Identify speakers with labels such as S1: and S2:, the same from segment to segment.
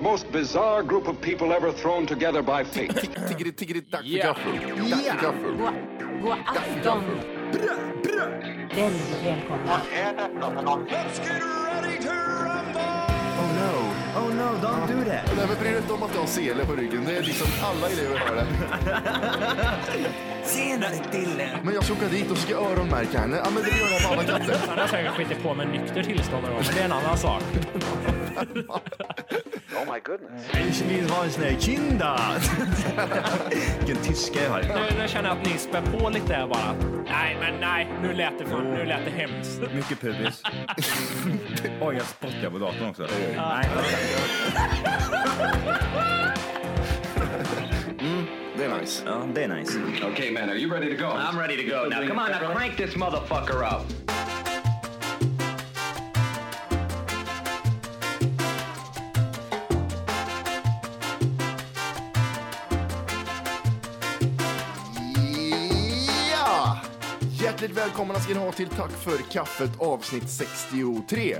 S1: most bizarre group of people ever thrown together by fate.
S2: Tiggeri, tiggeri, dack för
S3: Ja.
S2: gaffel. Dack för gaffel.
S4: God, god afton. Väldigt välkomna.
S5: Oh no, oh no, don't do that.
S2: Nej, men bry dig inte om att jag har sele på ryggen. Det är liksom alla elever har det.
S5: Senare killen.
S2: Men jag ska åka dit och ska öronmärka henne. Ja, men det gör jag på alla katter.
S3: Han har säkert skitit på med nykter tillstånd någon gång, men det är en annan sak.
S5: Ich will ha en sån här kinda. Vilken tyska jag har.
S3: Nu, nu känner jag att ni spär på lite här bara. Nej, men nej, nu lät det, fan, nu lät det hemskt.
S5: Mycket pubis. Oj, jag spottar på datorn också.
S2: Det är nice.
S5: Ja, det är nice.
S1: okay, man, are you ready to go?
S6: I'm ready to go now. Come on, now crank this motherfucker up.
S2: Ja! Hjärtligt välkomna ska ni ha till Tack för kaffet avsnitt 63.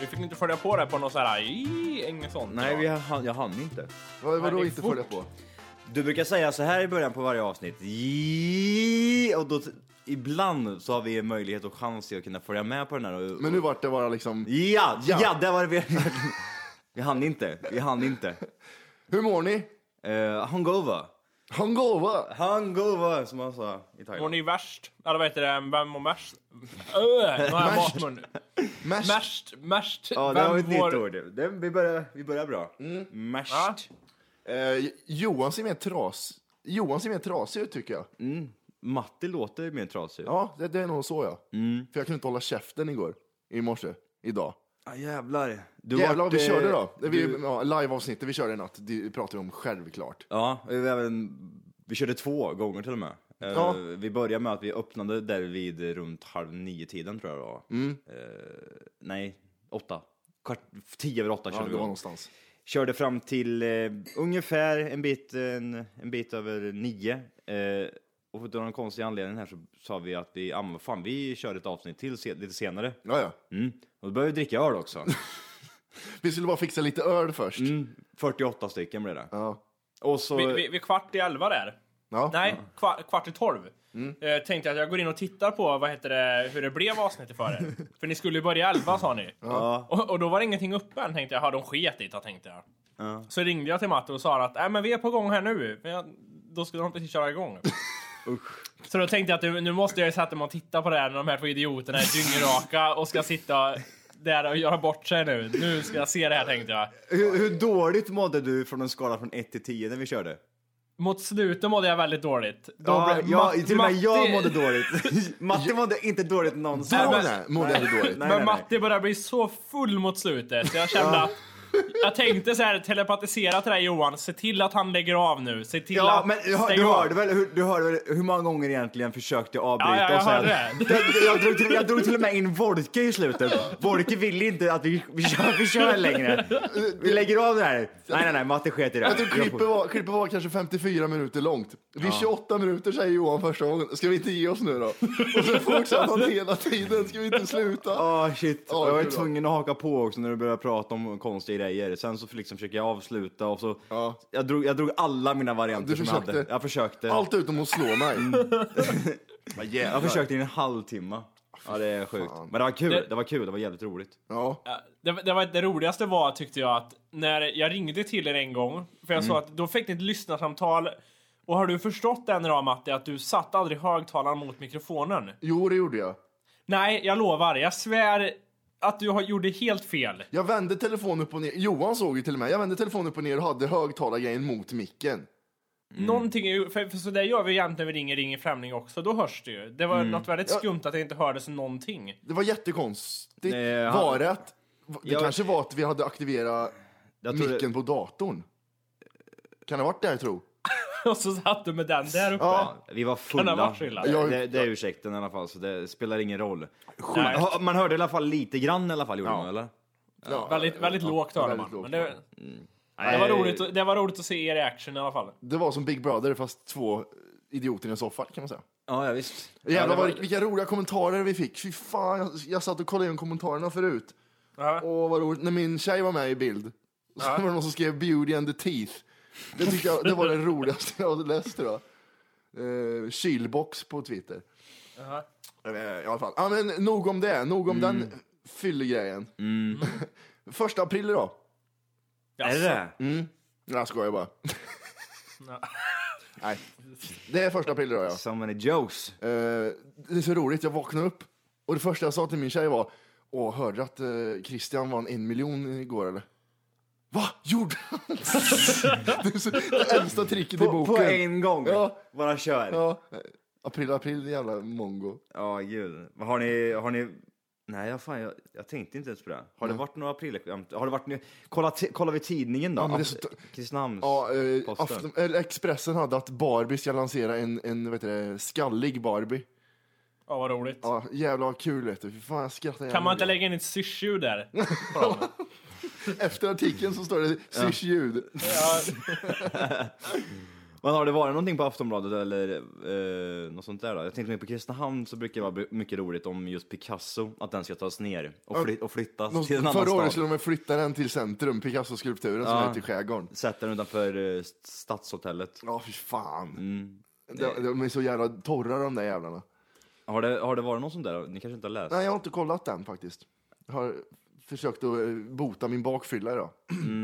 S3: Vi fick inte följa på det på något så här, "Ii", inget sånt.
S7: Nej, vi hann, jag hann inte.
S2: Vad
S3: Ja, det
S2: vadå
S3: är
S2: inte
S3: fort.
S2: följa på?
S7: Du brukar säga så här i början på varje avsnitt. "Jii", Och då, ibland så har vi en möjlighet och chans till att kunna följa med på den här. Och,
S2: Men nu vart det bara liksom...
S7: ja,
S2: Ja.
S7: ja, där var det vi... vi hann inte, vi hann inte.
S2: Hur mår ni?
S7: Uh, hungover.
S2: Hungover?
S7: Hungover, som man sa i
S3: Mår
S7: Thailand.
S3: ni värst? Eller vad heter det, vem mår värst? Öh, nu har jag
S2: Värst.
S3: matmun.
S2: Mash?
S3: Märst, märst.
S7: Ja, det
S3: Vem
S7: var ett
S3: mår-
S7: nytt ord. Det, vi, börjar, vi börjar bra.
S2: Mm.
S7: Mashed.
S3: Ja.
S2: Eh, Johan ser mer tras... Johan ser mer trasig ut tycker jag.
S7: Mm. Matti låter mer trasig.
S2: Ja, det, det är nog så ja.
S7: Mm.
S2: För jag kunde inte hålla käften igår. I morse. Idag.
S7: Ah, jävlar. Du
S2: Jävlar
S7: vart,
S2: vad vi
S7: eh,
S2: körde då. Vi,
S7: du-
S2: ja, liveavsnittet vi körde i natt, det pratar vi om självklart.
S7: Ja, vi, var även, vi körde två gånger till och med. Eh,
S2: Ja.
S7: Vi började med att vi öppnade där vid runt halv nio-tiden tror jag det var.
S2: Mm.
S7: Eh, nej, åtta. Kvart, tio över åtta
S2: Ja,
S7: körde
S2: det
S7: vi
S2: var
S7: igång.
S2: någonstans.
S7: Körde fram till eh, ungefär en bit, en, en bit över nio. Eh, och av någon konstig anledning här så sa vi att vi, ah, men fan, vi kör ett avsnitt till se, lite senare.
S2: Ja, ja.
S7: Mm. Och då började vi dricka öl också.
S2: Vi skulle bara fixa lite öl först.
S7: Mm. 48 stycken blev det.
S2: Ja.
S7: Och så...
S3: Vi, vi, vi är kvart i elva där.
S2: Ja.
S3: Nej,
S7: Mm.
S3: kvar, kvart i tolv. Eh, tänkte att jag går in och tittar på vad heter det, hur det blev avsnittet för er. för ni skulle ju börja elva sa ni.
S7: Ja.
S3: Och, och då var det ingenting uppe än tänkte jag. Ja, de sket i det tänkte jag. Så ringde jag till Matte och sa att Nej, men vi är på gång här nu. Men jag, då skulle de precis köra igång. Så då tänkte jag att nu- nu måste jag ju sätta mig och titta på det här när de här två idioterna är dyngraka och ska sitta där och göra bort sig nu. Nu ska jag se det här tänkte jag.
S7: Hur, hur dåligt mådde du från en skala från 1 till 10 när vi körde?
S3: Mot slutet mådde jag väldigt dåligt. Då
S7: Ja,
S3: blev-
S7: ja,
S3: Matti-
S7: till och med jag
S3: Matti-
S7: mådde dåligt. Matti mådde inte dåligt någonsin.
S2: Då
S3: men-
S2: nej, mådde jag inte dåligt.
S3: Men
S7: Nej, nej, nej.
S3: Matti började bli så full mot slutet så jag kände att jag tänkte så här telepatisera till dig Johan, se till att han lägger av nu. Se till
S7: Ja,
S3: att
S7: men hör-
S3: stäng
S7: du
S3: av.
S7: hörde, väl, hur, du hörde väl hur många gånger egentligen försökte jag avbryta?
S3: Ja, ja, jag
S7: och säga-
S3: hörde
S7: jag, jag, drog till, jag drog till och med in Wolke i slutet. Wolke ville inte att vi, vi, kör, vi kör längre. Vi lägger av det här. Nej, nej, nej, Matti sket i det.
S2: Jag tror
S7: Jag får-
S2: klippet var, klippet var kanske 54 minuter långt. Vid 28 minuter säger Johan första gången, ska vi inte ge oss nu då? Och så fortsatte han hela tiden, ska vi inte sluta?
S7: Ah shit,
S2: Ja,
S7: jag var
S2: kul då.
S7: tvungen att haka på också när du började prata om konstiga grejer. Sen så liksom försökte jag avsluta och så...
S2: Ja.
S7: Jag, drog, jag drog alla mina varianter
S2: Du
S7: som jag hade.
S2: försökte.
S7: Jag försökte.
S2: Allt utom att slå mig.
S7: Mm. Jag försökte i en halvtimme.
S2: Ah,
S7: Ja det är sjukt. Men det var kul, det...
S3: Det-
S7: var kul, det var jävligt roligt.
S2: Ja.
S3: Ja, Det, det, var, det roligaste var tyckte jag att när jag ringde till er en gång, för jag
S7: Mm.
S3: sa att då fick ni ett lyssnarsamtal och har du förstått den idag Matti, att du satt aldrig högtalaren mot mikrofonen?
S2: Jo, det gjorde jag.
S3: Nej, jag lovar, jag svär att du har, gjorde helt fel.
S7: Mm.
S2: Jag vände telefonen upp och ner. Johan såg ju till och med. Jag vände telefonen upp och ner och hade högtalargrejen mot micken.
S3: Någonting, är ju- för, för så där gör vi ju egentligen när vi ringer Ringer Främling också, då hörs det ju. Det var
S7: Mm.
S3: något väldigt skumt att det inte hördes någonting.
S2: Det var jättekonstigt.
S7: Nej, han-
S2: Var det att... Det
S7: Jag-
S2: kanske var att vi hade aktiverat
S7: Jag tror det-
S2: micken på datorn. Kan det ha varit det, jag tror?
S3: Och så satt du med den där uppe.
S7: Ja, vi var
S3: Kan det ha
S7: fulla.
S3: varit så illa?
S2: Jag-
S7: Det, det är ursäkten i alla fall, så det spelar ingen roll.
S3: Nej.
S7: Man, man hörde i alla fall lite grann i alla fall, gjorde man eller?
S2: Ja.
S3: Väldigt, väldigt lågt hörde
S2: väldigt
S3: man.
S2: lågt
S3: Men det, det,
S7: Nej.
S3: var roligt, att- det var roligt att se er i action i alla fall.
S2: Det var som Big Brother fast två idioter i en soffa kan man säga.
S7: Ja, ja visst. ja,
S2: Jävlar
S7: det var-
S2: vad, vilka roliga kommentarer vi fick. Fy fan, jag, jag satt och kollade igenom kommentarerna förut.
S3: Ja.
S2: Åh vad roligt, när min tjej var med i bild Och så var det någon som skrev Beauty and the Teeth. Det, tyckte jag, det var det roligaste jag hade läst tror jag. Eh, kylbox på Twitter. Eh, I alla fall. Ja, men nog om det, nog om den
S7: Mm.
S2: fyllegrejen. Mm. Första april idag.
S7: Är det det?
S2: Mm. Nej, jag skojar bara. Nej, det är första april idag ja.
S7: So many jokes.
S2: Eh, det är så roligt, jag vaknade upp och det första jag sa till min tjej var Åh, hörde du att eh, Christian vann en miljon igår eller? Va? Gjorde han? det är så, det äldsta tricket i
S7: På,
S2: boken.
S7: på en gång.
S2: Ja.
S7: Bara kör. Ja,
S2: Ja. April, april, jävla mongo.
S7: gud. Vad Har ni, har ni... Nej, ja, fan, jag, jag tänkte inte ens på det. Har det varit några aprilskämt? Har det varit... nu- Kolla, ti- kolla vid tidningen då.
S2: Ja, men det är
S7: Af-
S2: så-
S7: Kristinehamns...
S2: Ja, eh,
S7: Posten.
S2: Afton, eller Expressen hade att Barbie ska lansera en, en vet du, det, skallig Barbie.
S3: Ja, vad roligt.
S2: Ja, jävla vad kul vet du. Fy fan, jag skrattar
S3: Kan
S2: jävla
S3: man inte
S2: mycket.
S3: lägga in ett syrsljud där?
S2: Efter artikeln så står det swish-ljud.
S7: Men har det varit någonting på Aftonbladet eller eh, något sånt där då? Jag tänkte mer på Kristinehamn så brukar det vara mycket roligt om just Picasso, att den ska tas ner och, fly- och flyttas
S2: De-
S7: till en annan
S2: Förra året
S7: stad.
S2: skulle de flytta den till centrum, Picasso-skulpturen som
S7: Ja.
S2: är ute i skärgården.
S7: Sätt den utanför eh, st- Stadshotellet. Mm.
S2: Ja, fy fan. De, de är så jävla torra de där jävlarna.
S7: Har det, har det varit något sånt där? Ni kanske inte har läst?
S2: Nej, jag har inte kollat den faktiskt. Jag har försökt att eh, bota min bakfylla idag.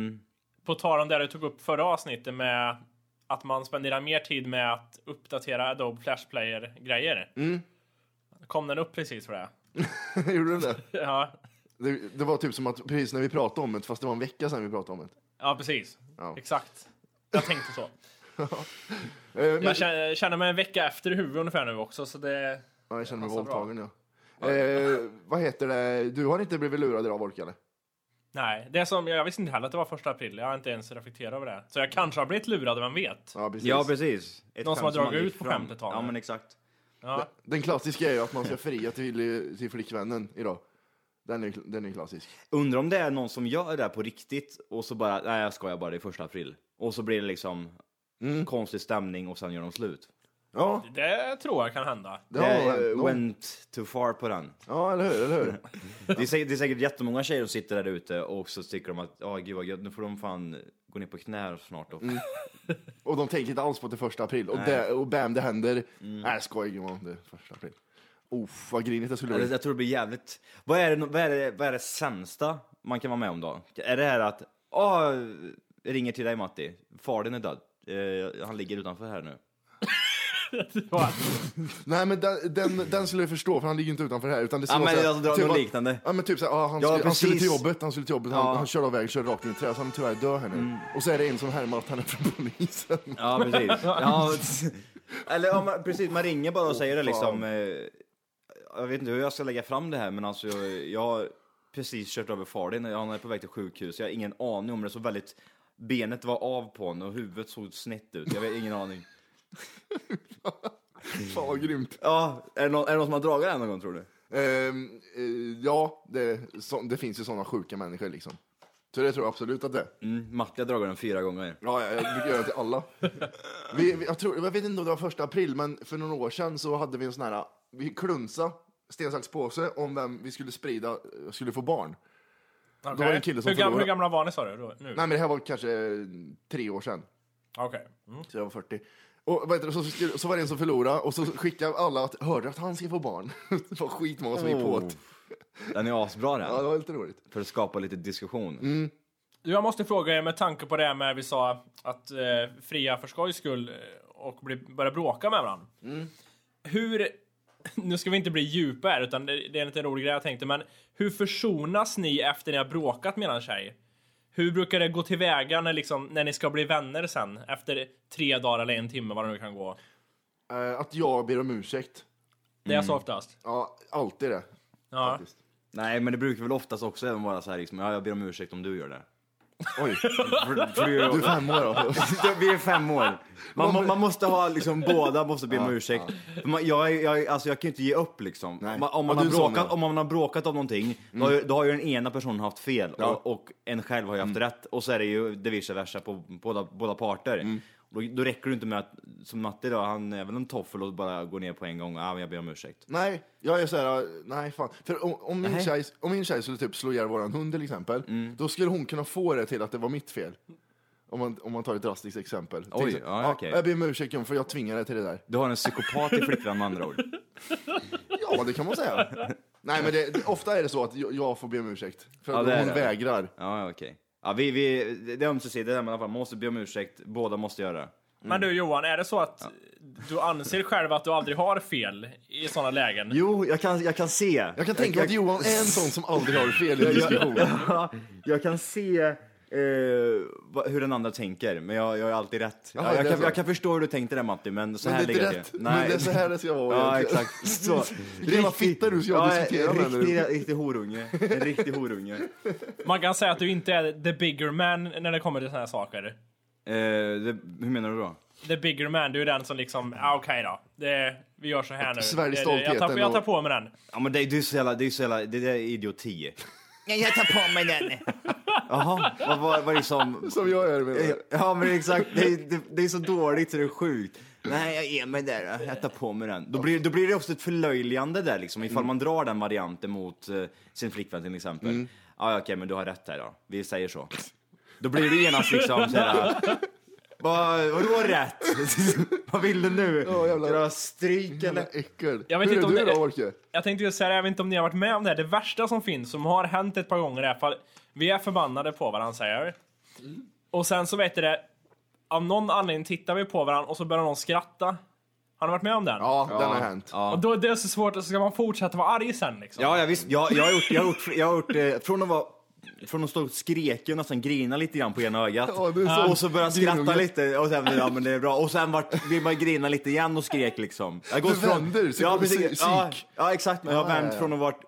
S3: På tal om det du tog upp förra avsnittet med att man spenderar mer tid med att uppdatera Adobe Flash Player-grejer.
S2: Mm.
S3: Kom den upp precis för det?
S2: Gjorde du det?
S3: Ja,
S2: det? Det var typ som att precis när vi pratade om det, fast det var en vecka sedan vi pratade om det.
S3: ja precis.
S2: Ja.
S3: Exakt. Jag tänkte så.
S2: Eh, Men,
S3: Jag känner- känner mig en vecka efter i huvudet ungefär nu också, så det...
S2: ja, jag känner mig
S3: passar bra.
S2: våldtagen ja. Eh, vad heter det? Du har inte blivit lurad idag, Volke, eller?
S3: Nej, det är som, jag visste inte heller att det var första april. Jag har inte ens reflekterat över det. Så jag kanske har blivit lurad, vem vet?
S2: Ja, precis.
S7: Ja, precis. Ett
S3: Någon som
S7: skämt
S3: har dragit
S7: man
S3: ut
S7: gick
S3: på
S7: fram.
S3: skämtet, har
S7: Ja,
S3: vi.
S7: men exakt.
S3: Ja.
S2: Den klassiska är ju att man ska fria till, till flickvännen idag. Den är, den är klassisk.
S7: Undrar om det är någon som gör det här på riktigt och så bara, nej jag skojar bara, det är första april. Och så blir det liksom konstig stämning och sen gör de slut.
S2: Ja,
S3: Det tror jag kan hända.
S2: det
S7: Ja,
S2: har
S7: eh,
S2: hänt någon.
S7: went too far på den.
S2: Ja, eller hur? Eller hur?
S7: Det är, säkert, det är säkert jättemånga tjejer som sitter där ute och så tycker de att ja gud vad gött, nu får de fan gå ner på knä här snart. Och...
S2: Och de tänker inte alls på att det är första april. Och, det, och bam, det händer.
S7: Mm.
S2: Nej, skoj gumman, det är första april. Uff, vad grinigt det skulle
S7: Eller,
S2: bli.
S7: Alltså, jag tror det blir jävligt... Vad är det, vad är det, vad är det sämsta man kan vara med om då? Är det här att, åh, jag ringer till dig Matti, fadern är död, eh, han ligger utanför här nu.
S2: Nej, men den, den, den skulle jag förstå, för han ligger inte utanför här. Utan det skulle
S7: Ja,
S2: vara
S7: men
S2: såhär,
S7: jag drar
S2: typ
S7: något
S2: att-
S7: liknande.
S2: Ja, men typ såhär, ah, han,
S7: Ja,
S2: skulle, han skulle till
S7: precis.
S2: jobbet, han skulle till jobbet,
S7: Ja. Mm.
S2: han, han körde av väg, körde rakt in i ett träd, så han tyvärr dör här nu. Och så är det en som härmar att han är från polisen.
S7: Ja, precis. ja, eller ja, man, precis, man ringer bara och säger det liksom. Eh, jag vet inte hur jag ska lägga fram det här, men alltså jag har precis kört över Farin. Han är på väg till sjukhus. Jag har ingen aning om det. Så väldigt, benet var av på honom och huvudet såg snett ut. Jag har ingen aning.
S2: Fan vad grymt.
S7: Ja, är det, någon, är det någon som har dragit det här någon gång tror du?
S2: Ehm, eh, ja, det, så, det finns ju sådana sjuka människor liksom. Så det tror jag absolut att det är.
S7: Mm, Matti har dragit den fyra gånger.
S2: Ja, ja, jag brukar göra det till alla. Vi, vi, jag, tror, jag vet inte om det var första april, men för några år sedan så hade vi en sån här, vi klunsa sten, sax, påse om vem vi skulle sprida, eh, skulle få barn.
S3: Okej.
S2: var det en kille som
S3: hur, gamla,
S2: förlorade.
S3: hur gamla var ni sa du? då- Nu?
S2: Nej men det här var kanske eh, tre år sedan,
S3: Okej. Mm.
S2: så jag var 40. Och vad heter det, så, skulle- så var det en som förlorade och så skickade alla att, hörde att han ska få barn? det var skitmånga som gick på
S7: Oh.
S2: det.
S7: Den är asbra den.
S2: Ja, det var lite roligt.
S7: För att skapa lite diskussion.
S3: Du, Jag måste fråga er med tanke på det här med vi sa att eh, fria för skojs skull eh, och bli, börja bråka med varandra. Hur, nu ska vi inte bli djupa här utan det, det är en liten rolig grej jag tänkte men hur försonas ni efter ni har bråkat med en tjej? Hur brukar det gå tillväga när, liksom, när ni ska bli vänner sen efter tre dagar eller en timme vad det nu kan gå?
S2: Eh, att jag ber om ursäkt.
S3: Det är så oftast.
S2: Ja, alltid det.
S3: Ja.
S2: Faktiskt.
S7: Nej, men det brukar väl oftast också även vara så här liksom, ja jag ber om ursäkt om du gör det.
S2: Oj,
S7: För, för du
S2: du
S7: gör
S2: är fem år då.
S7: Det blir fem år. Man, man, man måste ha liksom, båda måste be om ursäkt. För Man, jag, är- jag, är- alltså, jag kan ju inte ge upp liksom.
S2: Nej.
S7: Man, om, man
S2: Ja,
S7: har
S2: du är sån,
S7: bråkat,
S2: ja.
S7: om man har bråkat om någonting, då, har ju, då har ju den ena personen haft Mm. fel och, och en själv har ju haft rätt. Och så är det ju det vice versa på båda, båda parter. Då, då räcker det inte med att, som Matti då, han är väl en toffel och bara går ner på en gång. Ah, men jag ber om ursäkt.
S2: Nej, jag är så här, äh, nej fan. För om, om, min, tjej, om min tjej skulle typ slå ihjäl våran hund till exempel,
S7: Mm.
S2: då skulle hon kunna få det till att det var mitt fel. Om man, om man tar ett drastiskt exempel. Tänk
S7: Oj,
S2: så-
S7: ja, okej.
S2: Jag ber om ursäkt Jon, för jag tvingade dig till det där.
S7: Du har en psykopat i flickvän med andra ord.
S2: Ja, det kan man säga. nej, men det, det, ofta är det så att jag, jag får be om ursäkt. För
S7: Ja,
S2: att
S7: det är
S2: hon
S7: det.
S2: vägrar.
S7: Ja, ja, okej. Ja, vi, vi, det är ömsesidigt där, men i alla fall, man måste be om ursäkt. Båda måste göra det.
S3: Men du Johan, är det så att du anser själv att du aldrig har fel i sådana lägen?
S7: Jo, jag kan, jag kan se.
S2: Jag kan tänka mig att Johan är en sån som aldrig har fel i en
S7: Jag- jag-
S2: diskussion.
S7: Ja, jag kan se eh, vad- hur den andra tänker, men jag, jag är alltid rätt.
S2: Jaha,
S7: ja, jag,
S2: det är
S7: kan,
S2: så.
S7: jag kan förstå hur du tänkte där Matti, men så
S2: Men
S7: här
S2: det är
S7: ligger
S2: inte
S7: det
S2: rätt.
S7: till.
S2: Men det är så här det ska vara
S7: Ja,
S2: egentligen.
S7: exakt. Så.
S2: Vilken jävla fitta du ska diskutera med nu.
S7: Riktig, riktig horunge. En riktig horunge.
S3: Man kan säga att du inte är the bigger man när det kommer till sådana här saker.
S7: Eh, det, hur menar du då?
S3: The bigger man, du är den som liksom, ah, okej då. Det, vi gör så här nu.
S2: svälj
S3: Det- det- jag,
S2: stoltheten
S3: tar, jag tar
S2: och-
S3: på mig den.
S7: Ja men det, det är ju så jävla, det är ju så jävla, det där är idioti.
S5: Jag tar på mig den.
S7: Jaha, vad var vad liksom...
S2: Som jag är med det.
S7: Ja men exakt, det är, det, det är så dåligt så det är sjukt. Nej jag ger mig där, jag tar på mig den. Då blir, då blir det också ett förlöjligande där liksom,
S2: Mm.
S7: ifall man drar den varianten mot eh, sin flickvän till exempel.
S2: Mm.
S7: Ja okej men du har rätt här då, vi säger så. Då blir det genast liksom såhär... Vad, vadå rätt? vad vill du nu?
S2: Ja, jävlar. Mm.
S7: Ska du ha stryk
S2: Jävla
S7: eller?
S2: äckel.
S3: Jag vet
S2: Hur är
S3: inte om
S2: du
S3: det-
S2: då, Orke?
S3: Jag tänkte just säga det, jag vet inte om ni har varit med om det här. Det värsta som finns, som har hänt ett par gånger, är att vi är förbannade på varandra, säger jag. Och sen så vet du det, av någon anledning tittar vi på varandra och så börjar någon skratta. Har ni varit med om den?
S2: Ja, den har hänt.
S3: Och då är det så svårt, och så ska man fortsätta vara arg sen liksom.
S7: Ja, ja visst. Jag, jag har gjort, jag har gjort, jag har gjort eh, från att vara från att stå och skreka och nästan grina lite grann på ena ögat
S2: Ja, det är så.
S7: och så börja skratta
S2: Grinunge.
S7: lite och sen ja men det är bra och sen vart, vill man grina lite igen och skrek liksom. Jag
S2: Du vänder, så
S7: ja,
S2: kommer
S7: precis.
S2: psyk.
S7: Ja, ja exakt, men jag har
S2: Ja, ja,
S7: vänt
S2: ja.
S7: från att varit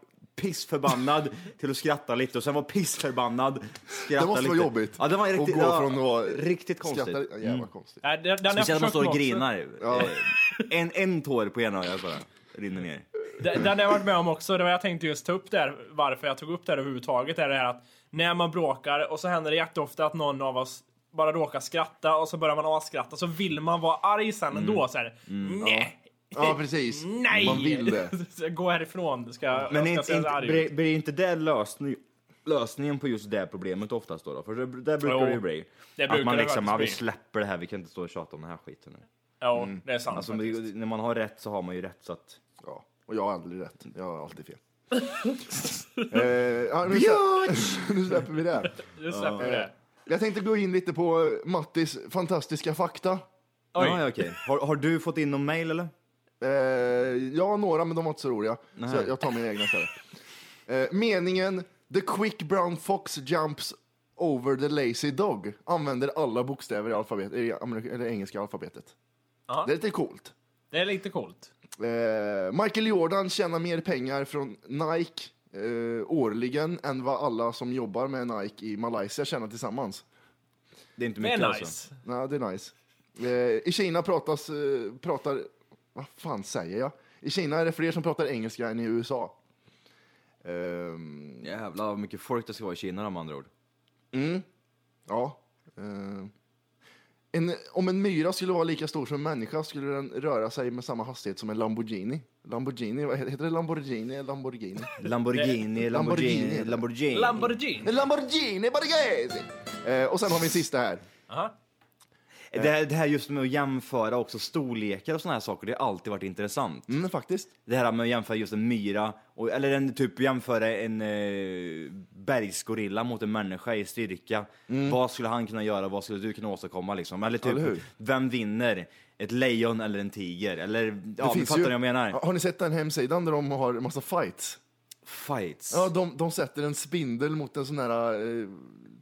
S7: pissförbannad till att skratta lite och sen var pissförbannad, skratta
S2: Det måste
S7: lite.
S2: vara jobbigt.
S7: Ja det var riktigt,
S2: att gå
S7: ja,
S2: från att vara-
S7: riktigt konstigt.
S2: Skrattar- Ja, jävla konstigt.
S3: Nej, Äh, den, den har jag
S7: Speciellt när
S3: försökt
S7: man står och
S3: med också.
S7: grinar.
S2: Ja.
S7: Eh, En, en tår på ena ögat bara rinner ner.
S3: Den, den har jag varit med om också. Det var jag tänkte just ta upp där, varför jag tog upp det här överhuvudtaget, är det här att när man bråkar och så händer det jätteofta att någon av oss bara råkar skratta och så börjar man avskratta så vill man vara arg sen
S7: Mm.
S3: ändå. Så här, nej,
S2: Ja, precis.
S3: nej!
S2: Man vill det.
S3: Så Gå härifrån, ska jag,
S7: Men
S3: jag ska
S7: inte,
S3: se
S7: inte,
S3: arg
S7: blir,
S3: ut.
S7: blir inte det lösning, lösningen på just det problemet oftast då? då? För det, det brukar
S3: Jo,
S7: det ju bli.
S3: det brukar
S7: att man
S3: det
S7: liksom,
S3: faktiskt
S7: ja, vi
S3: bli."
S7: släpper det här, vi kan inte stå och tjata om den här skiten nu.
S3: Ja, det är sant.
S7: Alltså,
S3: faktiskt.
S7: det- när man har rätt så har man ju rätt så att...
S2: Ja, och jag har aldrig rätt. Jag har alltid fel. eh, ja, nu, släpper, nu släpper vi det. här.
S3: Nu släpper vi det.
S2: Jag tänkte gå in lite på Mattis fantastiska fakta.
S3: Oj.
S7: Ja, ja, okej. har, har du fått in någon mail eller?
S2: Eh, jag har några, men de var inte så roliga. Så jag, jag tar mina egna istället. Eh, meningen The quick brown fox jumps over the lazy dog använder alla bokstäver i, alfabet, i amerik- eller engelska alfabetet.
S3: Aha.
S2: Det är lite coolt.
S3: Det är lite coolt.
S2: Eh, Michael Jordan tjänar mer pengar från Nike eh, årligen än vad alla som jobbar med Nike i Malaysia tjänar tillsammans.
S7: Det är inte
S3: Det
S7: mycket
S3: är
S7: alltså.
S3: nice.
S2: Ja, det är nice. Eh, I Kina pratas, eh, pratar, vad fan säger jag? I Kina är det fler som pratar engelska än i USA. Ehm,
S7: Jävlar vad mycket folk det ska vara i Kina då, med andra ord.
S2: ja. Eh, en, om en myra skulle vara lika stor som en människa skulle den röra sig med samma hastighet som en Lamborghini. Lamborghini, vad heter heter det? Lamborghini eller Lamborghini?
S7: Lamborghini, Lamborghini,
S2: Lamborghini.
S7: Lamborghini.
S3: Lamborghini.
S2: En Lamborghini Borghese! Eh, och sen har vi en sista här.
S3: Aha.
S7: det, här, det här just med att jämföra också storlekar och såna här saker, det har alltid varit intressant.
S2: Mm, faktiskt.
S7: Det här med att jämföra just en myra, och, eller en, typ jämföra en eh, bergsgorilla mot en människa i styrka. Vad skulle han kunna göra, vad skulle du kunna åstadkomma liksom? Eller typ,
S2: Mm. Eller hur?
S7: vem vinner? Ett lejon eller en tiger? Eller, ja men
S2: finns
S7: fattar ni
S2: ju-
S7: vad jag menar?
S2: Ja, Har ni sett den hemsidan där de har en massa fights?
S7: Fights.
S2: Ja, de, de sätter en spindel mot en sån här eh,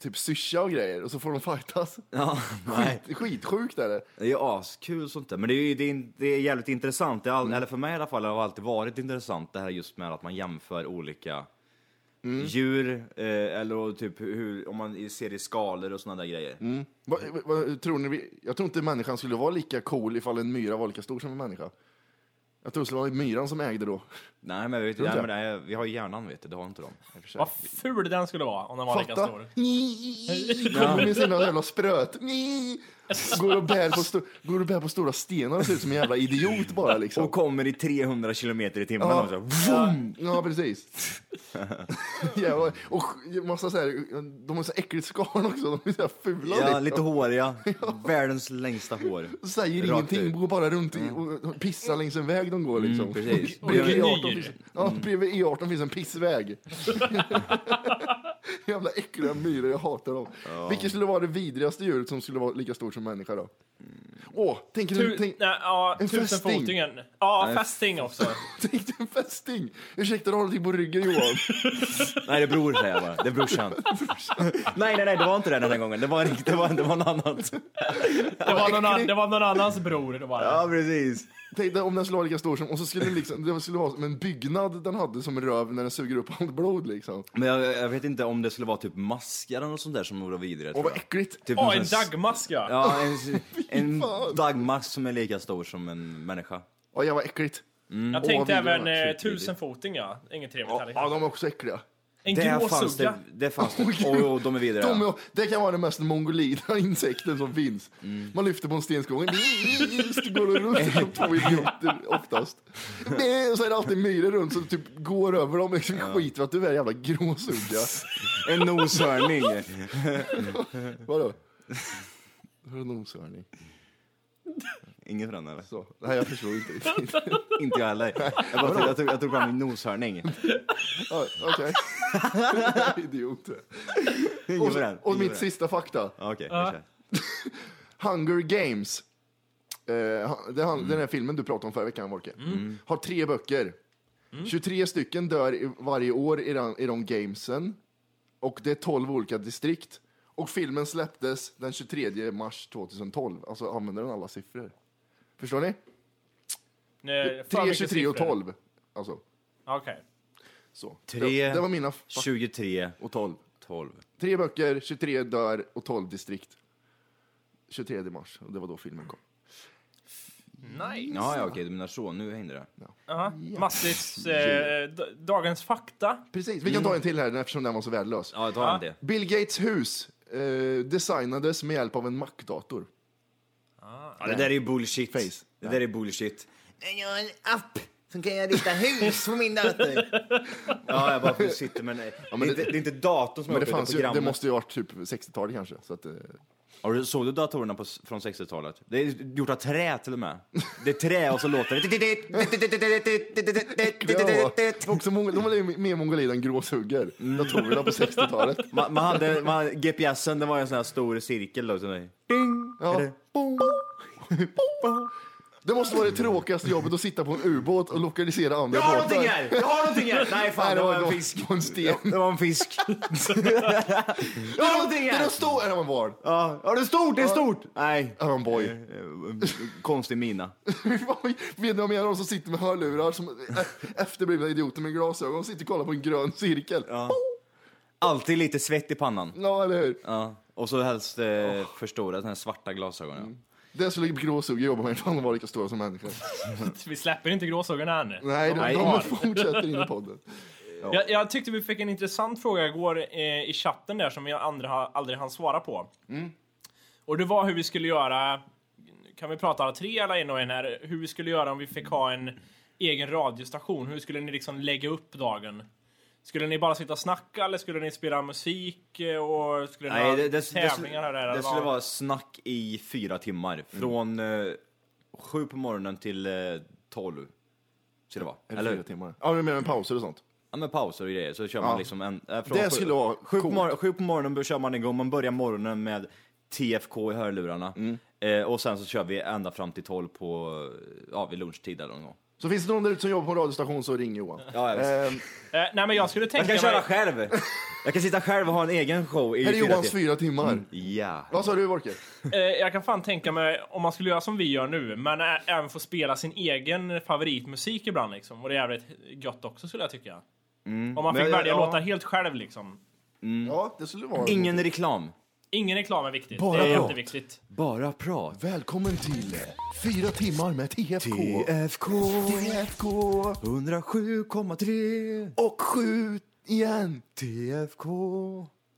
S2: typ syrsa och grejer och så får de fightas.
S7: Ja, nej.
S2: Skit, skitsjukt är det.
S7: Det är ju askul sånt där. Men det är, ju- det är, det är jävligt intressant, det är all,
S2: Mm.
S7: eller för mig i alla fall har det alltid varit intressant det här just med att man jämför olika
S2: Mm.
S7: djur, eh, eller och typ hur, om man ser i skalor och såna där grejer.
S2: Vad- vad- tror ni, vi- jag tror inte människan skulle vara lika cool ifall en myra var lika stor som en människa. Jag tror det skulle vara myran som ägde då.
S7: Nej men, vet du, nej,
S2: inte
S7: men det är, vi har ju hjärnan vet du, det har inte de.
S3: Vad ful den skulle vara om den var lika
S2: Fatta!
S3: stor.
S2: Ni- Kommer med sina jävla spröt. Ni- Går och bär på, sto- går och bär på stora stenar och ser ut som en jävla idiot bara liksom.
S7: Och kommer i 300 kilometer i timmen.
S2: Ja.
S7: Och så, vroom!
S2: Ja, precis. ja, och, och massa så här, de har så här äckligt skarn också, de är så här fula.
S7: Ja,
S2: liksom.
S7: lite håriga. Världens längsta hår.
S2: Säger
S7: Rakt
S2: ingenting,
S7: ut.
S2: går bara runt i, och och pissar längs en väg de går liksom.
S7: Mm, precis.
S2: Och Bredvid,
S3: Och
S2: E18
S3: gnyr.
S2: finns, ja,
S7: Mm.
S2: bredvid E18 finns en pissväg. Jävla äckliga myror, jag hatar dem. Vilket skulle vara det vidrigaste djuret som skulle vara lika stort som människa
S7: Mm.
S2: då? Åh, tänker du,
S3: Tu,
S2: tänk,
S3: nej, ja,
S2: en
S3: tusenfotingen. Ja,
S7: Nej.
S3: fästing också.
S2: tänk dig en fästing! Ursäkta, du har någonting på ryggen Johan.
S7: Nej, det är bror säger jag bara. Det är brorsan. nej, nej, nej, det var inte det den här gången. Det var, en- det var, det var något annat.
S3: Det var, någon, an-
S2: äckligt.
S3: det var någon annans bror. Det var det.
S7: Ja, precis.
S2: Tänk dig om den skulle vara lika stor som, och så skulle det liksom, det skulle vara som en byggnad den hade som en röv när den suger upp allt blod liksom.
S7: Men jag, jag vet inte om det skulle vara typ maskar eller något sånt där som vore vidare.
S2: Åh
S7: tror
S2: vad
S7: jag.
S2: äckligt!
S7: Typ
S3: Ja,
S7: någon
S3: en
S7: sån här s-
S3: dagmask ja.
S7: Ja, en, en
S2: fan.
S7: dagmask som är lika stor som en människa.
S2: Ja jag var äckligt.
S3: Jag tänkte
S2: Åh,
S3: även
S2: vidare.
S3: eh, tusenfoting ja. Inget trevligt
S2: Ja,
S3: heller.
S2: ja de är också äckliga.
S3: En
S7: Det
S3: grå
S7: fanns det.
S3: sugga.
S7: Det fanns det. Och, och de är vidare.
S2: De
S7: ja.
S2: är, det kan vara den mest mongolida insekten som finns.
S7: Mm.
S2: Man lyfter på en stenskål, just går och runt som två idioter oftast. Det- Och så är det alltid myror runt som typ går över dem, liksom skit för att du är jävla gråsugga.
S7: En noshörning.
S2: Vadå? Har du noshörning?
S7: Ingen för den eller?
S2: Så. Nej jag förstår inte riktigt.
S7: Inte jag heller. Jag, bara, jag, tog, jag tog fram min noshörning.
S2: Ja, Okej. Idiot.
S7: Ingen
S2: Och,
S7: för den.
S2: och
S7: Ingen
S2: mitt
S7: för den.
S2: sista fakta.
S7: Ja, Okej, vi kör.
S2: Hunger Games. Eh, han- det han, Den
S7: Mm.
S2: här filmen du pratade om förra veckan, Volke. Har tre böcker.
S7: Mm.
S2: 23 stycken dör i- varje år i de, i de gamesen. Och det är 12 olika distrikt. Och filmen släpptes den 23 mars 2012. Alltså använder den alla siffror. Förstår ni?
S3: Nej, för
S2: 3,
S3: mycket
S2: 23 och
S3: siffror.
S2: 12. Alltså,
S3: Okej.
S2: så.
S7: Tre,
S2: det, det var mina fakta.
S7: 23 och
S2: Och 12.
S7: 12.
S2: Tre böcker, 23 dör och 12 distrikt. 23 mars, och det var då filmen kom.
S3: Nice.
S7: Ja, ja okej, du menar så. Nu händer det.
S3: Aha. Mattis, eh, d- dagens fakta.
S2: Precis, vi kan ta en till här eftersom den var så värdelös.
S7: Ja, ta en det.
S2: Bill Gates hus eh, designades med hjälp av en Mac-dator.
S7: Ja, det där är ju bullshit. Det där är bullshit. Jag har en app som kan jag rita hus på min dator. ja, jag bara för sitter med nej.
S2: men
S7: det, är
S2: det-
S7: inte- det är inte datorn som
S2: Men
S7: har
S2: det,
S7: gjort
S2: fanns
S7: utan
S2: ju, det
S7: programmet.
S2: måste ju ha varit typ 60-talet kanske. Så att, eh,
S7: Har du, såg du datorerna på, s- från 60-talet? Det är gjort av trä till och med. Det är trä och så låter
S2: ja,
S7: det...
S2: det var också många, de var ju mer mongolid än gråsugger,
S7: Mm.
S2: datorerna på 60-talet.
S7: Man, man hade, man, hade- GPSen det var en sån här stor cirkel då. Sån där.
S2: Ja. Boom. Boom. Det måste vara det tråkigaste jobbet att sitta på en ubåt och lokalisera andra
S7: Jag har
S2: båtar.
S7: någonting här! Jag har någonting här! Nej fan,
S2: Nej,
S7: det var
S2: det
S7: en
S2: var-
S7: fisk.
S2: det var en sten.
S7: Det var en fisk. jag har någonting
S2: Är
S7: här!
S2: det stor? Är det en barn?
S7: Ja, ja det är stort, det är stort! Nej. Eh,
S2: Är det en boy?
S7: Konstig mina.
S2: Vet ni vad jag menar? De som sitter med hörlurar som eh, efterblivna idioter med glasögon och sitter och kollar på en grön cirkel. Ja,
S7: Alltid lite svett i pannan.
S2: eller hur?
S7: Ja. Och så helst eh, förstora, den här svarta glasögonen.
S2: Det skulle gråsuggor jobba med ifall de var lika stora som människor.
S3: Vi släpper inte gråsuggarna än.
S2: Nej, de,
S7: Nej,
S2: de
S7: ja.
S2: fortsätter in i podden.
S3: Jag, jag tyckte vi fick en intressant fråga igår eh, i chatten där som jag andra, ha- aldrig hann svara på.
S7: Mm.
S3: Och det var hur vi skulle göra, kan vi prata alla tre eller en och en här, hur vi skulle göra om vi fick ha en egen radiostation. Hur skulle ni liksom lägga upp dagen? Skulle ni bara sitta och snacka eller skulle ni spela musik eh, och skulle ni
S7: Nej,
S3: ha
S7: det, det,
S3: tävlingar här och där?
S7: det,
S3: eller
S7: det skulle
S3: vad?
S7: vara snack i fyra timmar. Från eh, sju på morgonen till eh, tolv. Skulle det vara.
S2: Eller fyra timmar. Ja, du menar pauser och sånt?
S7: Ja men pauser och grejer, så kör man liksom en... Äh, från
S2: Det skulle vara
S7: sju, på
S2: coolt.
S7: morgon, sju på morgonen bör- kör man igång, man börjar morgonen med TFK i hörlurarna. Eh, och sen så kör vi ända fram till 12 på, eh, ja vid lunchtid eller någon gång.
S2: Så finns det någon där ute som jobbar på en radiostation så ring Johan.
S7: Ja, jag,
S2: Ehm,
S3: Eh, nej men jag skulle
S7: jag
S3: tänka
S7: kan köra
S3: mig-
S7: själv! Jag kan sitta själv och ha en egen show i
S2: här är
S7: fyra
S2: Johans
S7: timmar. Mm.
S2: fyra timmar.
S7: Ja.
S2: Vad sa du, Volker?
S3: Eh, jag kan fan tänka mig om man skulle göra som vi gör nu, men ä- även få spela sin egen favoritmusik ibland liksom. Och det är jävligt gött också skulle jag tycka. om man
S7: Mm. men
S3: fick
S7: jag-
S3: välja
S7: ja.
S3: låtar helt själv liksom.
S2: Ja, det skulle vara...
S7: Mm. Ingen reklam,
S3: Ingen reklam är viktigt.
S2: Bara
S3: det är
S2: bra.
S3: jätteviktigt.
S7: bara prat.
S2: Välkommen till eh, Fyra timmar med TFK.
S7: TFK
S2: TFK
S7: 107,3
S2: och sju igen.
S7: TFK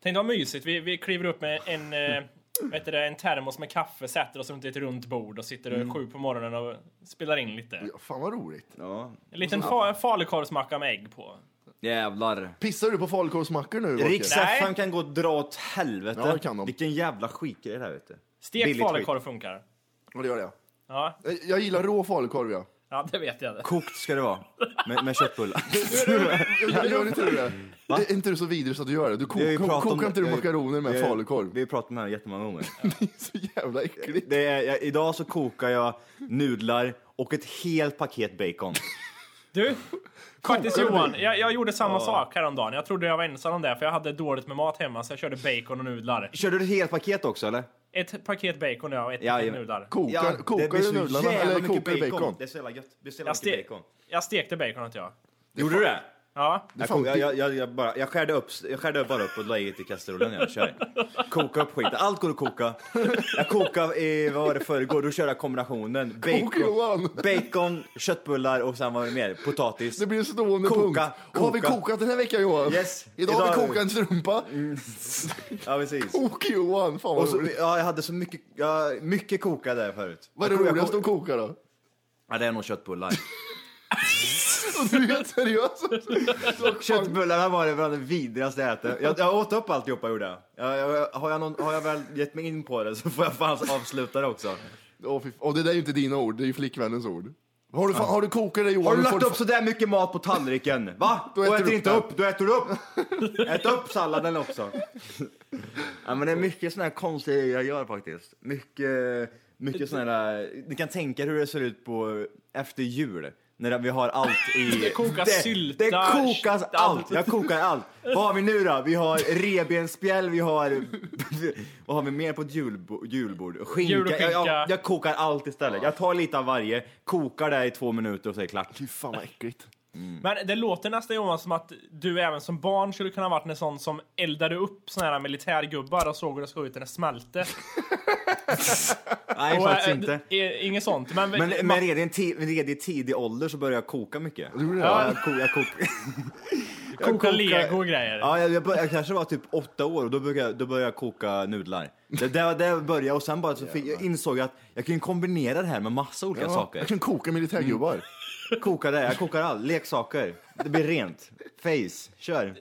S3: Tänk vad mysigt, vi, vi kliver upp med en eh, vet du, det, en termos med kaffe, sätter oss runt ett runt bord och sitter mm. sju på morgonen och spelar in lite.
S2: Ja, Fan vad roligt.
S7: Ja.
S3: En liten fa- falukorvsmacka med ägg på.
S7: Jävlar.
S2: Pissar du på falukorvsmackor nu? Volker?
S7: Riks
S3: Nej.
S7: FM kan gå och dra åt helvete.
S2: Ja, det kan de.
S7: Vilken jävla skitgrej det här vet du.
S3: Stekt
S7: Billigt skit.
S3: falukorv funkar.
S2: Ja, det gör det.
S3: Ja,
S2: Jag- Eh, Jag gillar rå falukorv, ja.
S3: ja, det vet jag. det.
S7: Kokt ska det vara. Med, med köttbullar.
S2: Gör, gör inte du det? det är inte du så vidrig så att du gör det? Du
S7: Vi har ju
S2: kokar,
S7: pratat om-
S2: kokar inte
S7: vi
S2: du
S7: har ju-
S2: makaroner med
S7: vi har ju-
S2: falukorv?
S7: Vi har ju pratat om det här jättemånga gånger.
S2: Det är så jävla äckligt.
S7: Det är, jag, idag så kokar jag nudlar och ett helt paket bacon.
S3: Du, faktiskt
S2: Kokar du?
S3: Johan, jag, jag gjorde samma sak häromdagen. Jag trodde jag var ensam om det, för jag hade dåligt med mat hemma, så jag körde bacon och nudlar.
S7: Körde du ett helt paket också eller?
S3: Ett paket bacon ja, och ett paket
S7: Jajamän.
S3: nudlar.
S2: Kokar, kokar
S7: blir
S2: du
S7: så
S2: nudlarna
S7: jävla
S2: eller
S7: mycket
S2: kokar du bacon?
S7: Det är så jävla gött. Det är så jävla
S3: Jag,
S7: mycket
S3: ste-
S7: bacon.
S3: jag stekte baconet ja.
S7: Gjorde du det?
S3: Ja,
S2: Det är
S7: Jag,
S2: fan
S7: kok- jag, jag, jag, jag, bara, jag, skärde upp, jag skärde upp bara upp och la i till kastrullen. Jag kör. Koka upp skiten. Allt går att koka. Jag kokade i, vad var det förrgår, då körde jag kombinationen.
S2: Koka, Johan.
S7: Bacon, bacon köttbullar och sen var det mer? Potatis.
S2: Det blir en stående
S7: Koka,
S2: punkt. Har vi
S7: koka.
S2: kokat den här veckan Johan?
S7: Yes.
S2: Idag har vi
S7: Idag har vi-
S2: kokat en strumpa.
S7: Ja precis.
S2: Kok Johan, fan
S7: Och
S2: vad
S7: så,
S2: roligt.
S7: ja, jag hade så mycket, ja, mycket koka där förut.
S2: Vad är det
S7: Jag ko- jag
S2: roligaste
S7: ko-
S2: att koka då?
S7: Ja, det är nog köttbullar.
S2: Och du är helt seriös?
S7: Köttbullarna var det bland det vidrigaste jag ätit. Jag, jag åt upp alltihopa gjorde jag. jag, jag har, jag någon, har jag väl gett mig in på det så får jag fan avsluta det också.
S2: Åh, fy- Åh, det där är ju inte dina ord, det är ju flickvännens ord. Har du, fan, har du kokat det Johan?
S7: Har du
S2: då får
S7: lagt upp sådär mycket mat på tallriken? Va?
S2: Då äter
S7: Då äter,
S2: du upp
S7: inte
S2: den.
S7: upp, då äter du upp! Ät upp salladen också. ja, men det är mycket sådana här konstiga grejer jag gör faktiskt. Mycket, mycket sådana här... Ni kan tänka er hur det ser ut på efter jul. När vi har allt i... Det
S3: kokas sylta,
S7: Det kokas
S3: allt.
S7: allt! Jag kokar allt. Vad har vi nu då? Vi har revbensspjäll, vi har... Vad har vi mer på ett julbo- julbord? Skinka.
S3: Jul och skinka.
S7: Jag, jag, jag kokar allt istället. Jag tar lite av varje, kokar det i två minuter och så är det klart.
S2: Fy fan vad äckligt.
S7: Mm.
S3: Men det låter nästan Johan som att du även som barn skulle kunna ha varit en sån som eldade upp såna här militärgubbar och såg hur de såg ut när det smälte.
S7: Nej,
S3: Och,
S7: faktiskt
S3: eh,
S7: inte.
S3: d- eh, Inget sånt. Men,
S7: Men,
S3: ma-
S7: men redan, ti, redan i tidig ålder så började jag koka mycket.
S2: gjorde det?
S7: Ja, jag, ko, jag, kok, jag
S3: koka lego och grejer.
S7: Ja, jag, jag, bör- jag kanske var typ åtta år och då började, jag- då började jag koka nudlar. Det, det, var där jag började och sen bara så fick, jag insåg jag att jag kan kombinera det här med massa olika
S2: Jag
S7: saker.
S2: kan koka militärgubbar.
S7: Koka det, jag kokar allt, leksaker. Det blir rent. Face, kör.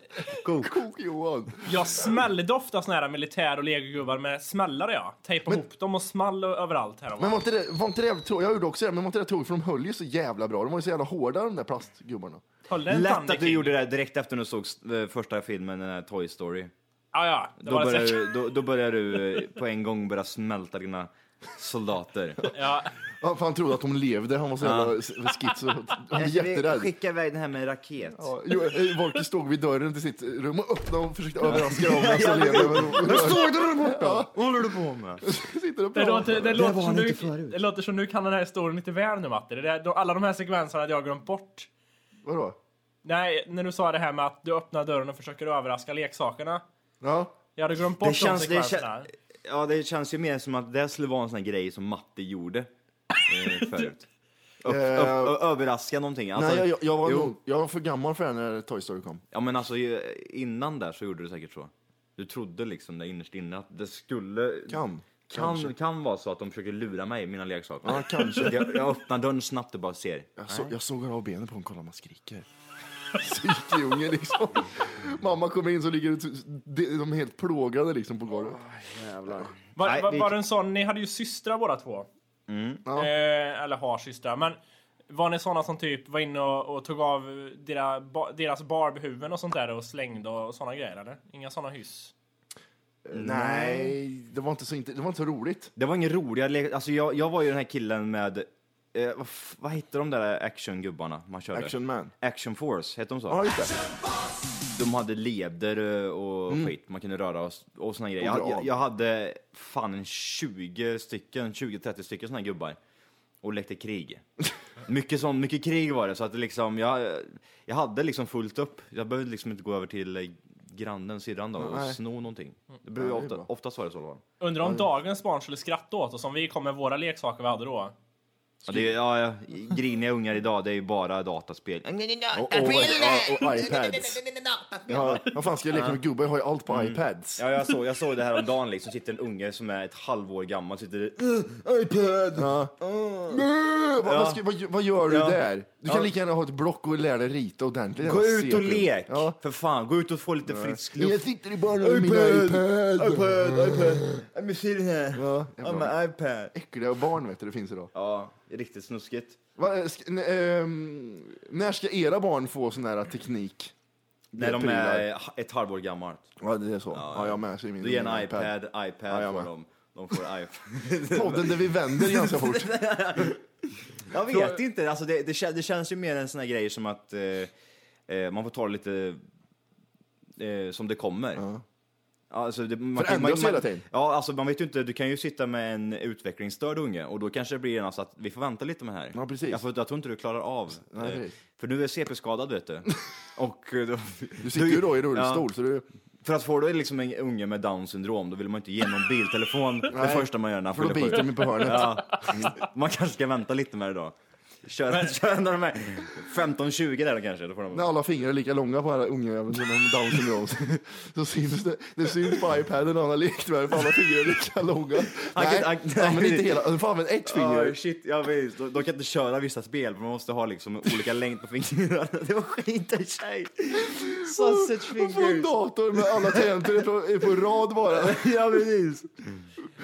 S7: Kok.
S2: Kok Johan.
S3: Jag smällde ofta såna här militär och legogubbar med smällare ja. Tejpade ihop dem och small ö- överallt här
S2: Men var inte det, var inte det tråkigt? Jag gjorde också det, men var inte det tråkigt? För de höll ju så jävla bra. De var ju så jävla hårda de där plastgubbarna.
S3: Höll det en
S7: Lätt
S3: Thunder
S7: att du
S3: King?
S7: gjorde det här direkt efter du såg eh, första filmen, den här Toy Story.
S3: Ja, ja. Det
S7: Då
S3: var
S7: börjar,
S3: säkert.
S7: du, då, då börjar du eh, på en gång börja smälta dina soldater.
S3: Ja.
S2: Ja, för han trodde att de levde, han var så jävla s- schizo. Han var jätterädd.
S7: Skicka Alltså, iväg den här med en raket.
S2: Ja, Jo, eh, Volker stod vid dörren till sitt rum och öppnade och försökte överraska dem. men så lever de.
S7: Där står du där borta! Vad håller du på med?
S2: Sitter och
S3: Det,
S2: pratar.
S3: låter, det, låter
S7: var
S3: som
S7: han
S3: du,
S7: inte förut.
S3: det låter som du kan den här historien lite väl nu Matte. Det där, då, alla de här sekvenserna hade jag glömt bort.
S2: Vadå?
S3: Nej, när du sa det här med att du öppnar dörren och försöker överraska leksakerna.
S2: Ja.
S3: Jag hade glömt bort
S7: Det känns-
S3: de
S7: det kän-
S3: sekvenserna.
S7: Ja, det känns ju mer som att det skulle vara en sån här grej som Matte gjorde eh, förut.
S2: Eh,
S7: Upp, upp, ö- överraska någonting. Alltså,
S2: Nej, jag, jag, var
S7: jo.
S2: nog, jag var för gammal för det här när Toy Story kom.
S7: Ja, men alltså ju- innan där så gjorde du säkert så. Du trodde liksom där innerst inne att det skulle...
S2: Kan.
S7: Kan, kan vara så att de försöker lura mig, mina leksaker.
S2: Ja, kanske.
S7: Att Jag, jag öppnar dörren snabbt och bara ser.
S2: Jag, så, jag såg av benen på honom, kolla man skriker. Psykjunge liksom. Mamma kommer in så ligger det- de de är helt plågade liksom på golvet.
S3: Var,
S7: Nej, Mm.
S3: var,
S7: vi-
S3: var det en sån, ni hade ju systrar båda två.
S2: Ja.
S3: Eh, eller har systrar, men var ni såna som typ var inne och, och tog av dera, ba, deras barbehuvuden och sånt där och slängde och såna grejer eller? Inga såna hyss?
S2: Nej, det var inte så, inte, det var inte så roligt.
S7: Det var ingen rolig lek. Alltså jag, jag var ju den här killen med... Eh, vad, f- vad hette de där actiongubbarna man körde?
S2: Action Man.
S7: Action Force, hette de så?
S2: Ja, just det.
S7: De hade leder eh, och skit, man kunde röra och, och såna grejer.
S2: Mm. Och
S7: Jag,
S2: dra av.
S7: jag, jag hade fan en 20 stycken, 20-30 stycken såna här gubbar. Och lekte krig. Mycket sån, mycket krig var det. Så att det liksom, jag, jag hade liksom fullt upp. Jag behövde liksom inte gå över till eh, grannen, syrran då, och
S2: Nej.
S7: sno någonting. Det blev
S2: Ja, det är
S7: ofta,
S2: bra.
S7: oftast var det så. i alla fall.
S3: Undrar om dagens barn skulle skratta åt oss om vi kom med våra leksaker vi hade då.
S7: Ja, det är, ja, ja, griniga ungar idag, det är ju bara dataspel.
S2: Och, och, och, och iPads. Jag har, vad fan ska jag leka med gubbar? Jag har ju allt på iPads.
S7: Mm. Ja, jag såg, jag såg det här om dagen liksom, sitter en unge som är ett halvår gammal, sitter där, "Ugh, iPad!
S2: Ja. Vad, vad, ska, vad, vad gör du
S7: Ja.
S2: där? Du kan
S7: Ja.
S2: lika gärna ha ett block och lära dig rita ordentligt.
S7: Gå
S2: Jävla
S7: ut och
S2: CP.
S7: lek!
S2: Ja.
S7: För fan, gå ut och få lite frisk luft.
S2: Jag sitter i barnen med min iPad.
S7: iPad, iPad. Ja, men se den här.
S2: Ja,
S7: Ja,
S2: jävla
S7: men iPad.
S2: Äckliga barn vet du, det finns idag.
S7: Ja, riktigt snuskigt.
S2: Va, eh, sk- n- ehm, när ska era barn få sån här teknik?
S7: När de
S2: Prylar.
S7: är ha- ett halvår gammalt.
S2: Ja, det är så. Ja, jag med. Så är min,
S7: Då ger
S2: min
S7: en iPad, iPad
S2: Ja, jag
S7: får
S2: med.
S7: de. De får iPad.
S2: Podden där vi vänder ganska fort.
S7: Jag vet inte, alltså det, det, kän- det känns ju mer en sån här grej som att eh, eh, man får ta det lite eh, som det kommer. Alltså det, man,
S2: Förändras
S7: man- man-
S2: hela tiden.
S7: Ja, alltså man vet ju inte, du kan ju sitta med en utvecklingsstörd unge och då kanske det blir en alltså att vi får vänta lite med det här.
S2: Ja, precis.
S7: Jag, får, jag tror inte du klarar av.
S2: Nej,
S7: eh,
S2: precis.
S7: för nu är CP-skadad vet du. och, eh, då,
S2: Du sitter ju då i rullstol,
S7: Ja,
S2: så du,
S7: för att få då liksom en unge med down syndrom, då vill man inte ge någon biltelefon det
S2: Nej.
S7: första man gör när han
S2: för då
S7: fyller sju.
S2: biter de ju på hörnet.
S7: Ja. Mm. Man kanske ska vänta lite med det då. Kör, kör när de är 15-20 där kanske. Då får de...
S2: När alla fingrar är lika långa på alla ungjäveln som med Downs syndrom så syns det, det syns på iPaden när han har lekt med den, för alla fingrar är lika långa.
S7: Han kan-
S2: Nej,
S7: han-
S2: han, men inte hela, du får använda ett
S7: Ja,
S2: finger.
S7: shit, ja, visst. De, de kan inte köra vissa spel för man måste ha liksom olika längd på fingrarna. Det var skit i sig. Sausage
S2: Man får en
S7: fingers.
S2: dator med alla tangenter är på, är på rad bara.
S7: Ja, precis.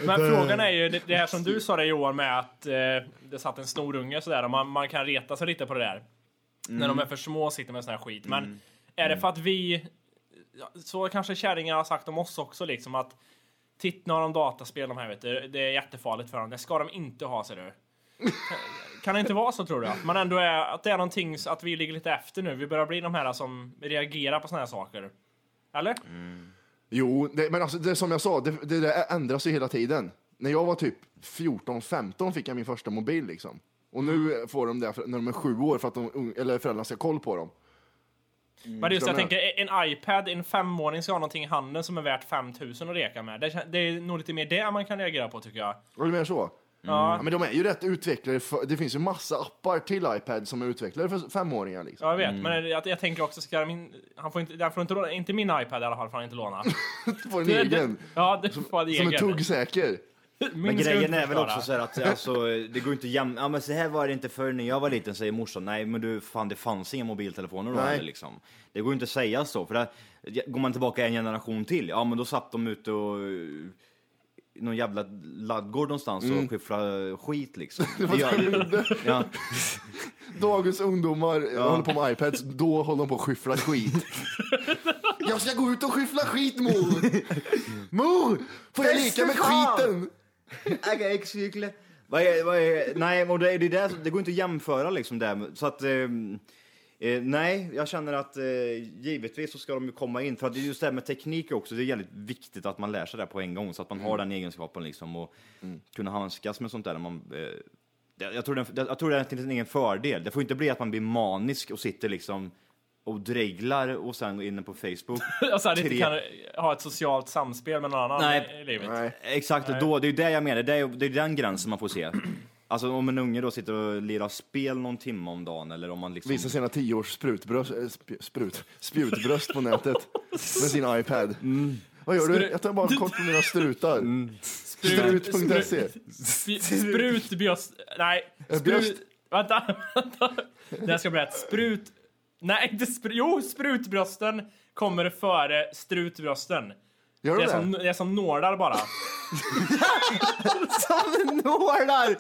S3: Men frågan är ju det, det här som du sa där Johan med att eh, det satt en snorunge sådär och man, man kan reta sig lite på det där. När de är för små och sitter med sån här skit. Men är det för att vi, ja, så kanske kärringar har sagt om oss också liksom att titta när de dataspel de här vet du, det är jättefarligt för dem, det ska de inte ha ser du. Kan det inte vara så tror du? Att man ändå är, att det är någonting, så att vi ligger lite efter nu, vi börjar bli de här som reagerar på såna här saker. Eller?
S2: Jo, det, men alltså, det är som jag sa, det, det där ändras ju hela tiden. När jag var typ 14-15 fick jag min första mobil liksom. Och nu får de det för- när de är sju år för att de, un- eller föräldrarna ska ha koll på dem.
S3: Men det är just det, jag
S2: Förstår
S3: tänker, en iPad, en femåring ska ha någonting i handen som är värt 5000 att leka med. Det, kän- det är nog lite mer det man kan reagera på tycker jag.
S2: Var du mer så? Mm. Ja,
S3: Ja,
S2: men de är ju rätt utvecklade. För, det finns ju massa appar till iPad som är utvecklade för femåringar. Liksom.
S3: ja jag vet, men jag, jag tänker också, ska min, han får inte, den får inte, låna- inte min iPad i alla fall får han inte låna.
S2: Får en
S3: Det- det-
S2: egen.
S3: Ja, det får han
S2: Som är
S3: egen.
S2: tuggsäker.
S3: Min
S7: Men
S3: ska
S7: grejen
S3: inte
S7: är väl
S3: förstöra.
S7: också så här att alltså, det går inte jämna. Ja men så här var det inte förr när jag var liten säger morsan. Nej men du fan det fanns inga mobiltelefoner då
S2: Nej.
S7: heller liksom. Det går inte att säga så för där, går man tillbaka en generation till. Ja men då satt de ute och eh, i någon jävla laddgård någonstans och skyfflade skit liksom. Det gör- ja.
S2: Dagens ungdomar håller på med iPads, då håller de på att skyffla skit. jag ska gå ut och skyffla skit mor! mor! Får jag leka med skiten?
S7: Äga äggcykler. Vad är, vad är, nej, och det, är- det, är där, det går inte att jämföra liksom där. Så att, ehm, eh, nej, jag känner att eh, givetvis så ska de ju komma in. För att det är just det här med teknik också, det är jävligt viktigt att man lär sig det här på en gång. Så att man har den egenskapen liksom och kunna handskas med sånt där. När man, eh, det- jag, tror den, det- jag tror det är till sin egen fördel. Det får inte bli att man blir manisk och sitter liksom och dreglar och sen går in på Facebook.
S3: Alltså, att inte
S7: Tre.
S3: kan ha ett socialt samspel med någon annan
S7: Nej.
S3: i livet.
S2: Nej.
S7: Exakt, då, det är det jag menar. Det är, det är den gränsen man får se. Alltså om en unge då sitter och lirar spel någon timme om dagen eller om man liksom...
S2: Visa sina tio års sprutbröst, eh, sp- sprut, spjutbröst på nätet med sin iPad. Vad gör du? Jag tar bara kort på mina strutar.
S3: Sprut-
S2: Sprut.se.
S3: Sp- Sprut, bjöst, nej.
S2: Eh,
S3: Sprut,
S2: bjöst.
S3: vänta, vänta. Det här ska bli rätt. Sprut, nej inte sprut, jo sprutbrösten kommer före strutbrösten.
S2: Gör
S3: Det
S2: de
S3: är som,
S2: det?
S3: det är som nålar bara.
S7: Som nålar!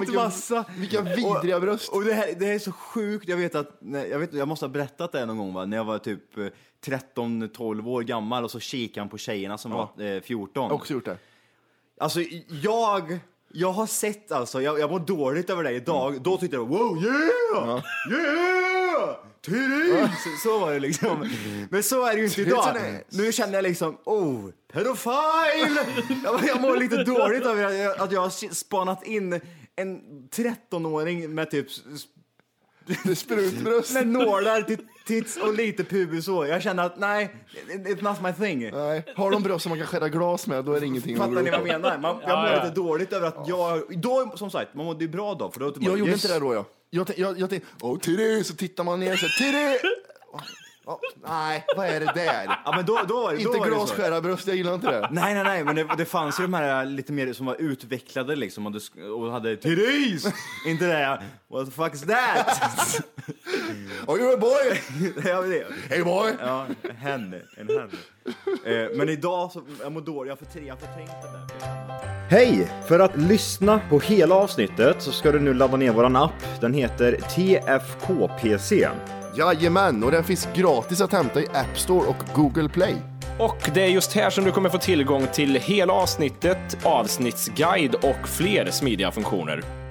S7: Skitmassa!
S2: Vilka vidriga bröst.
S7: Och det här, det här är så sjukt. Jag vet att, nej, jag, vet, jag måste ha berättat det här någon gång va? När jag var typ eh, 13-12 år gammal och så kikade han på tjejerna som var eh, 14.
S2: Jag har också gjort det.
S7: Alltså jag, jag har sett alltså, jag, jag mår dåligt över det idag. Då tyckte jag wow yeah! Yeah! Therese! Så var det liksom. Men så är det ju inte idag.
S2: Therese.
S7: Nu känner jag liksom oh, pedofil! Jag, jag mår lite dåligt över att jag, att jag har spanat in en 13-åring med typ s-
S2: Det är Sprutbröst.
S7: med nålar till tits och lite pubishår. Jag känner att nej, it- it's not my thing.
S2: Nej, har de bröst som man kan skära glas med, då är det ingenting att
S7: Fattar ni
S2: oroa
S7: vad jag
S2: sig för.
S7: menar? Man, jag
S3: Ja,
S7: mår
S3: ja.
S7: lite dåligt över att jag... Då, som sagt, man mådde ju bra då. För då tyckte man,
S2: Jag gjorde
S7: yes.
S2: inte det då, jag. Jag, tän- jag, jag tänkte, åh, Tiri, så tittar man ner så Tiri! Ja, nej, vad är det där?
S7: Ja, men då, då, var det- då
S2: Inte
S7: var det så.
S2: glasskära-bröst, jag gillar inte det.
S7: Nej, nej, nej, men det, det fanns ju de här lite mer som var utvecklade liksom och, du, sk- och hade Therese! inte det här, what the fuck is that?
S2: Are you a boy?
S7: ja, men det,
S2: Hey boy!
S7: ja, henne, en henne. Eh, men idag så, jag mår dåligt, jag har förträ- jag har förträngt det där. Hej! För att lyssna på hela avsnittet så ska du nu ladda ner våran app. Den heter TFKPC.
S2: Jajamän, och den finns gratis att hämta i App Store och Google Play.
S8: Och det är just här som du kommer få tillgång till hela avsnittet, avsnittsguide och fler smidiga funktioner.